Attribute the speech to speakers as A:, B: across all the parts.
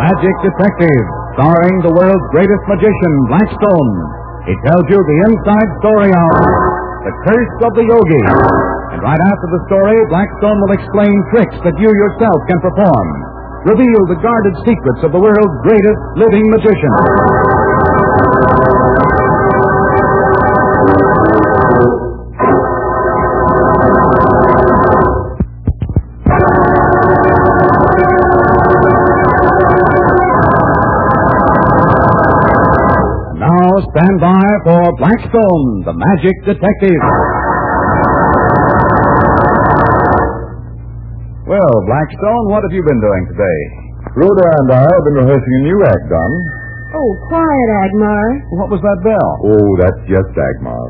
A: Magic Detective, starring the world's greatest magician, Blackstone. He tells you the inside story of The Curse of the Yogi. And right after the story, Blackstone will explain tricks that you yourself can perform. Reveal the guarded secrets of the world's greatest living magician. Now stand by for Blackstone, the magic detective. Well, Blackstone, what have you been doing today?
B: Rhoda and I have been rehearsing a new act, Don.
C: Oh, quiet, Agmar.
A: What was that bell?
B: Oh, that's just Dagmar.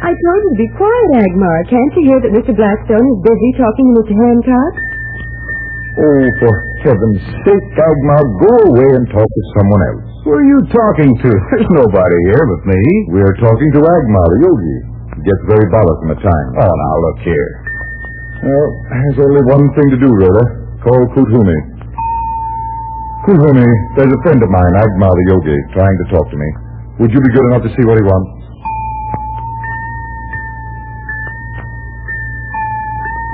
C: I told you to be quiet, Agmar. Can't you hear that Mr. Blackstone is busy talking to Mr. Hancock?
B: Oh, for heaven's sake, Dagmar, go away and talk to someone else.
A: Who are you talking to? There's nobody here but me.
B: We're talking to Agmar, the yogi. He gets very bothersome at times.
A: Oh, now look here.
B: Well, there's only one thing to do, Rhoda. Call Kuthumi. Kuthumi, there's a friend of mine, Agmar the yogi, trying to talk to me. Would you be good enough to see what he wants?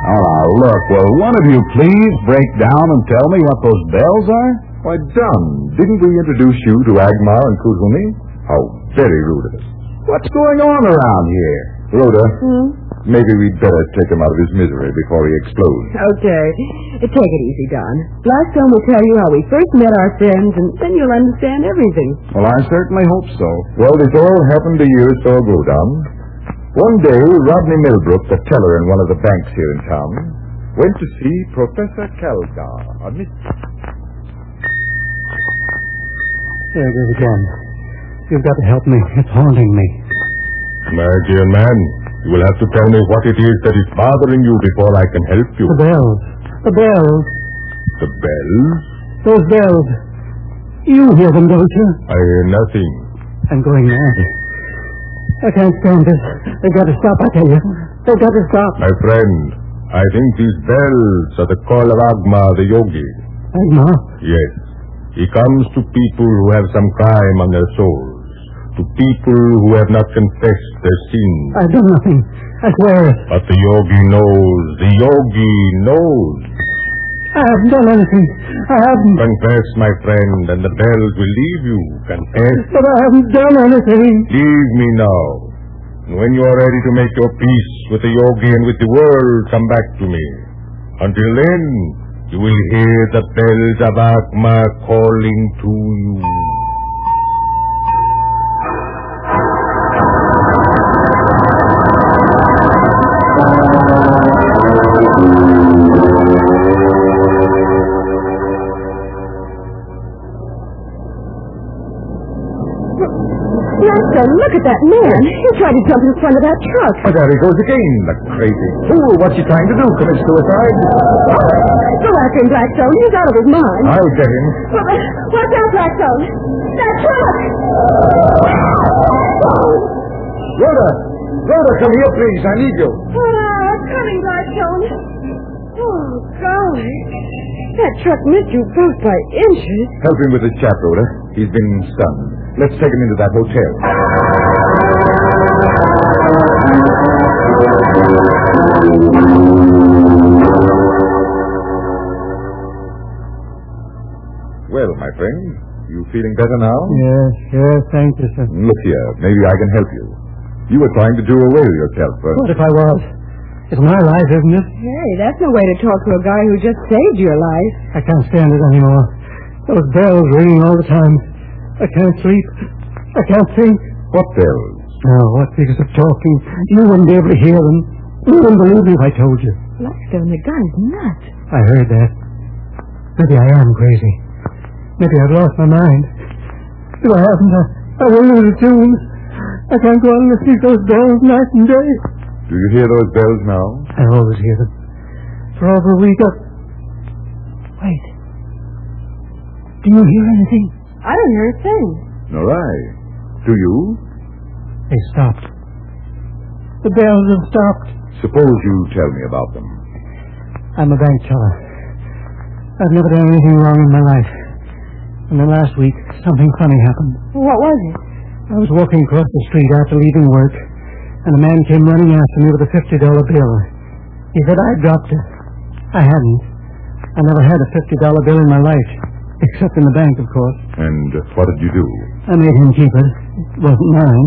A: Oh, now look, will one of you please break down and tell me what those bells are?
B: Why, Don, didn't we introduce you to Agmar and Kuthumi? How very rude of us.
A: What's going on around here?
B: Rhoda,
C: Hmm?
B: maybe we'd better take him out of his misery before he explodes.
C: Okay. Take it easy, Don. Blackstone will tell you how we first met our friends, and then you'll understand everything.
A: Well, I certainly hope so.
B: Well, this all happened a year or so ago, Don. One day, Rodney Millbrook, the teller in one of the banks here in town, went to see Professor Kalgar, a mystery.
D: There it is again. You've got to help me. It's haunting me.
B: My dear man, you will have to tell me what it is that is bothering you before I can help you.
D: The bells. The bells.
B: The bells?
D: Those bells. You hear them, don't you?
B: I hear nothing.
D: I'm going mad. I can't stand this. They've got to stop, I tell you. They've got to stop.
B: My friend, I think these bells are the call of Agma, the yogi.
D: Agmar.
B: Yes. He comes to people who have some crime on their souls, to people who have not confessed their sins.
D: I've done nothing. I swear it.
B: But the yogi knows, the yogi knows.
D: I haven't done anything. I haven't.
B: Confess, my friend, and the bells will leave you. Confess.
D: But I haven't done anything.
B: Leave me now. And when you are ready to make your peace with the yogi and with the world, come back to me. Until then, you will hear the bells of Atma calling to you.
C: Blackstone, look at that man. He tried to jump in front of that truck.
B: Oh, there he goes again, the crazy fool. What's he trying to do? Commit suicide?
C: Go after him, Blackstone. He's out of his mind.
B: I'll get him.
C: Watch out, Blackstone. That truck!
B: Rhoda! Rhoda, come here, please. I need you.
C: Ah, coming, Blackstone. Oh, golly. That truck missed you both by inches.
B: Help him with his chap, Rhoda. He's been stunned. Let's take him into that hotel. Well, my friend, you feeling better now?
D: Yes, yes, thank you, sir.
B: Look here, maybe I can help you. You were trying to do away with yourself first.
D: What if I was? It's my life, isn't it?
C: Hey, that's no way to talk to a guy who just saved your life.
D: I can't stand it anymore. Those bells ringing all the time. I can't sleep. I can't think.
B: What bells?
D: Now, what's the use of talking? You wouldn't be able to hear them. You wouldn't believe me if I told you.
C: Blackstone, the guy's nuts.
D: I heard that. Maybe I am crazy. Maybe I've lost my mind. If I haven't, I, I will lose the tune. I can't go on listening to those bells night and day.
B: Do you hear those bells now?
D: I always hear them. For over a week up. Wait. Do you hear anything?
C: I don't hear a thing.
B: Nor I. Do you?
D: They stopped. The bells have stopped.
B: Suppose you tell me about them.
D: I'm a bank teller. I've never done anything wrong in my life. And then last week, something funny happened.
C: What was it?
D: I was walking across the street after leaving work, and a man came running after me with a $50 bill. He said I dropped it. I hadn't. I never had a $50 bill in my life, except in the bank, of course.
B: And what did you do?
D: I made him keep it. It wasn't mine.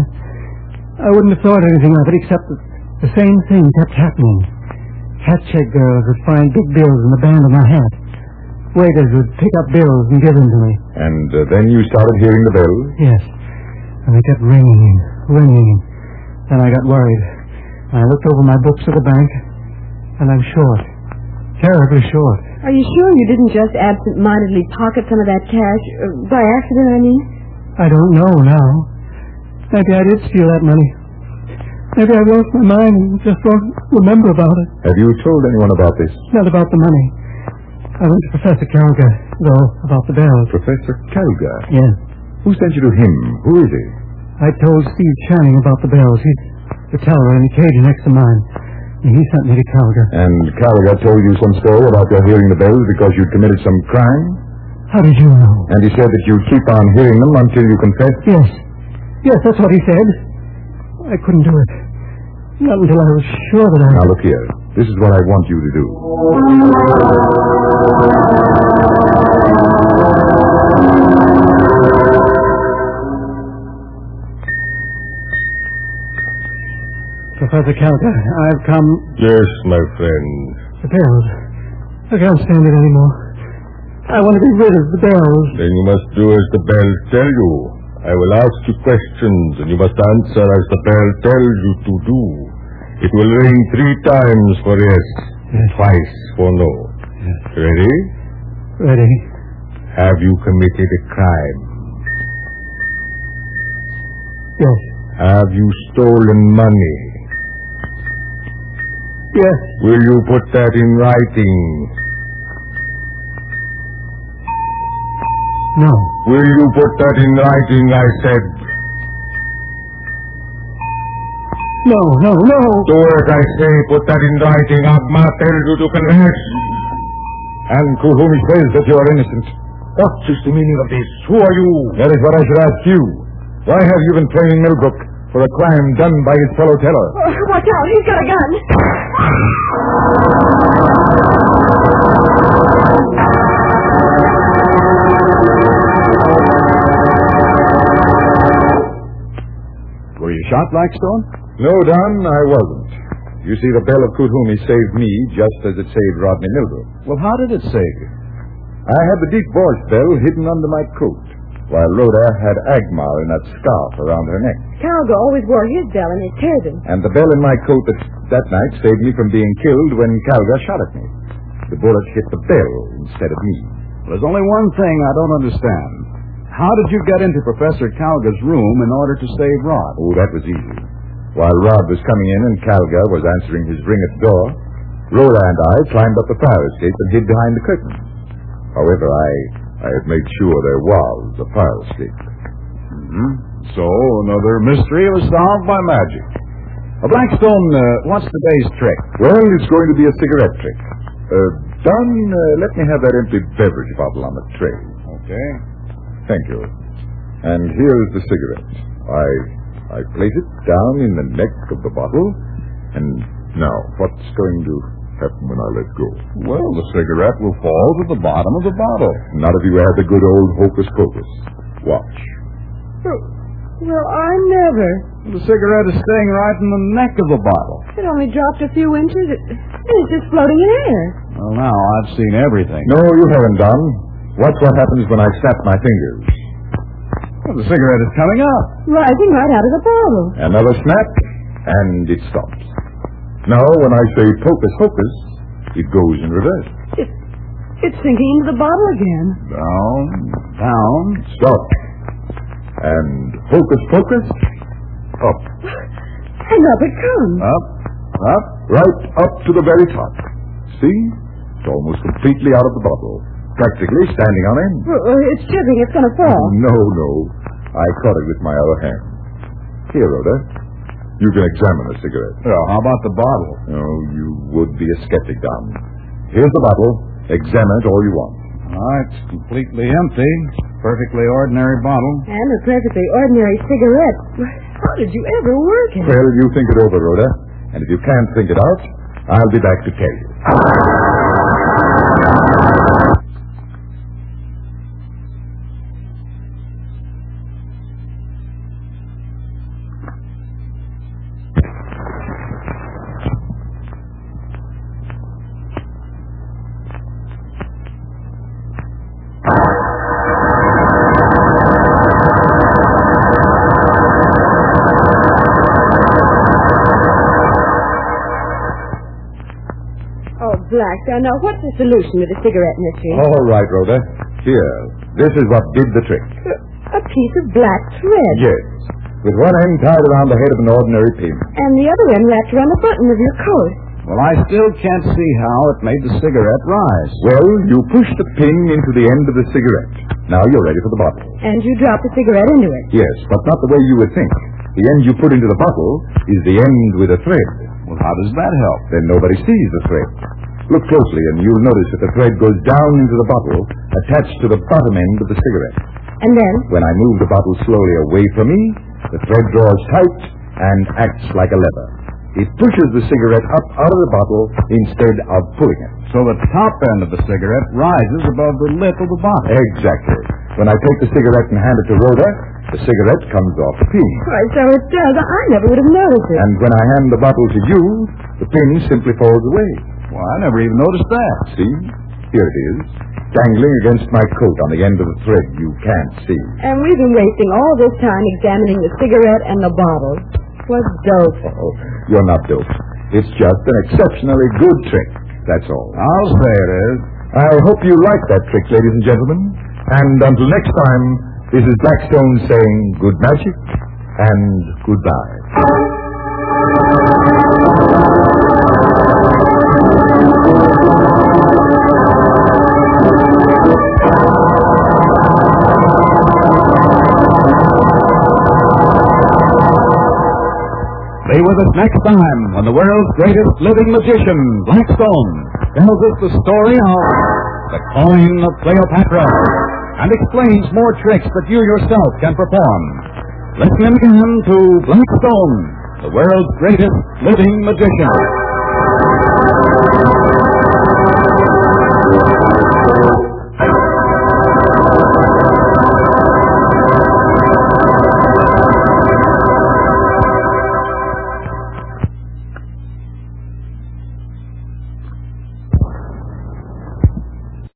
D: I wouldn't have thought anything of it, except that the same thing kept happening. Hat check girls would find big bills in the band of my hat. Waiters would pick up bills and give them to me.
B: And uh, then you started hearing the bell?
D: Yes. And they kept ringing, ringing. Then I got worried. And I looked over my books at the bank, and I'm short. Terribly short.
C: Are you sure you didn't just absent-mindedly pocket some of that cash? Uh, by accident, I mean?
D: I don't know now. Maybe I did steal that money. Maybe I lost my mind and just don't remember about it.
B: Have you told anyone about this?
D: Not about the money. I went to Professor Kalka, though, about the bells.
B: Professor Kalga.
D: Yes.
B: Who sent you to him? Who is he?
D: I told Steve Channing about the bells. He's the teller in the cage next to mine. And he sent me to Kalka.
B: And Kalga told you some story about your hearing the bells because you committed some crime?
D: How did you know?
B: And he said that you keep on hearing them until you confess?
D: Yes. Yes, that's what he said. I couldn't do it. Not until I was sure that I...
B: Now look here. This is what I want you to do.
D: Professor Calder, I've come...
B: Yes, my friend.
D: The bells. I can't stand it anymore. I want to be rid of the bells.
B: Then you must do as the bell tells you. I will ask you questions, and you must answer as the bell tells you to do. It will ring three times for yes, and twice for no. Ready?
D: Ready?
B: Have you committed a crime?
D: Yes.
B: Have you stolen money?
D: Yes.
B: Will you put that in writing?
D: No.
B: Will you put that in writing, I said?
D: No, no, no.
B: Do it, I say. Put that in writing. Abma tells you to confess. And to whom he says that you are innocent. What is the meaning of this? Who are you? That is what I should ask you. Why have you been playing Millbrook for a crime done by his fellow teller?
C: Oh, watch out. He's got a gun.
A: Were you shot, Blackstone?
B: No, Don, I wasn't. You see, the bell of Kuthumi saved me just as it saved Rodney Millbrook.
A: Well, how did it save you?
B: I had the deep voice bell hidden under my coat, while Rhoda had Agmar in that scarf around her neck.
C: Calga always wore his bell and it tears him.
B: And the bell in my coat that, that night saved me from being killed when Calga shot at me. The bullet hit the bell instead of me.
A: There's only one thing I don't understand. How did you get into Professor Calga's room in order to save Rod?
B: Oh, that was easy. While Rod was coming in and Calga was answering his ring at the door, Rhoda and I climbed up the fire escape and hid behind the curtain. However, I, I had made sure there was a fire escape.
A: Mm-hmm. So, another mystery was solved by magic. Uh, Blackstone, uh, what's today's trick?
B: Well, it's going to be a cigarette trick. Uh, Don, uh, let me have that empty beverage bottle on the tray.
A: Okay.
B: Thank you. And here is the cigarette. I I place it down in the neck of the bottle. And now, what's going to happen when I let go?
A: Well, the cigarette will fall to the bottom of the bottle.
B: Not if you had the good old hocus pocus. Watch.
C: Oh. Well, I never.
A: The cigarette is staying right in the neck of the bottle.
C: It only dropped a few inches. It, it's just floating in air.
A: Well, now I've seen everything.
B: No, you haven't, Don. Watch what happens when I snap my fingers.
A: Well, the cigarette is coming up.
C: Rising right out of the bottle.
B: Another snap, and it stops. Now, when I say hocus pocus, it goes in reverse.
C: It's sinking into the bottle again.
A: Down, down.
B: Stop. And hocus pocus, up.
C: And up it comes.
A: Up, up.
B: Right up to the very top. See? It's almost completely out of the bottle. Practically standing on end.
C: Well, uh, it's jigging. It's going to fall.
B: No, no. I caught it with my other hand. Here, Rhoda. You can examine the cigarette.
A: Well, how about the bottle?
B: Oh, you would be a skeptic, Don. Here's the bottle. Examine it all you want.
A: Ah, it's completely empty. Perfectly ordinary bottle.
C: And a perfectly ordinary cigarette. How did you ever work it?
B: Well, you think it over, Rhoda. And if you can't think it out, I'll be back to tell you.
C: Oh, Blackstone, now what's the solution to the cigarette mystery?
B: All right, Rhoda. Here. This is what did the trick.
C: A piece of black thread.
B: Yes. With one end tied around the head of an ordinary pin.
C: And the other end wrapped around the button of your coat.
A: Well, I still can't see how it made the cigarette rise.
B: Well, you push the pin into the end of the cigarette. Now you're ready for the bottle.
C: And you dropped the cigarette into it.
B: Yes, but not the way you would think. The end you put into the bottle is the end with a thread.
A: Well, how does that help?
B: Then nobody sees the thread. Look closely, and you'll notice that the thread goes down into the bottle, attached to the bottom end of the cigarette.
C: And then?
B: When I move the bottle slowly away from me, the thread draws tight and acts like a lever. It pushes the cigarette up out of the bottle instead of pulling it.
A: So the top end of the cigarette rises above the lip of the bottle.
B: Exactly. When I take the cigarette and hand it to Rhoda, the cigarette comes off the pin.
C: Why, so it does. I never would have noticed it.
B: And when I hand the bottle to you, the pin simply falls away.
A: Well, I never even noticed that.
B: See? Here it is, dangling against my coat on the end of the thread you can't see.
C: And we've been wasting all this time examining the cigarette and the bottle. What dope.
B: Oh, you're not dope. It's just an exceptionally good trick, that's all.
A: I'll say it is.
B: I hope you like that trick, ladies and gentlemen. And until next time, this is Blackstone saying good magic and goodbye.
A: Be with us next time when the world's greatest living magician, Blackstone, tells us the story of the coin of Cleopatra and explains more tricks that you yourself can perform. Listen again to Blackstone, the world's greatest living magician.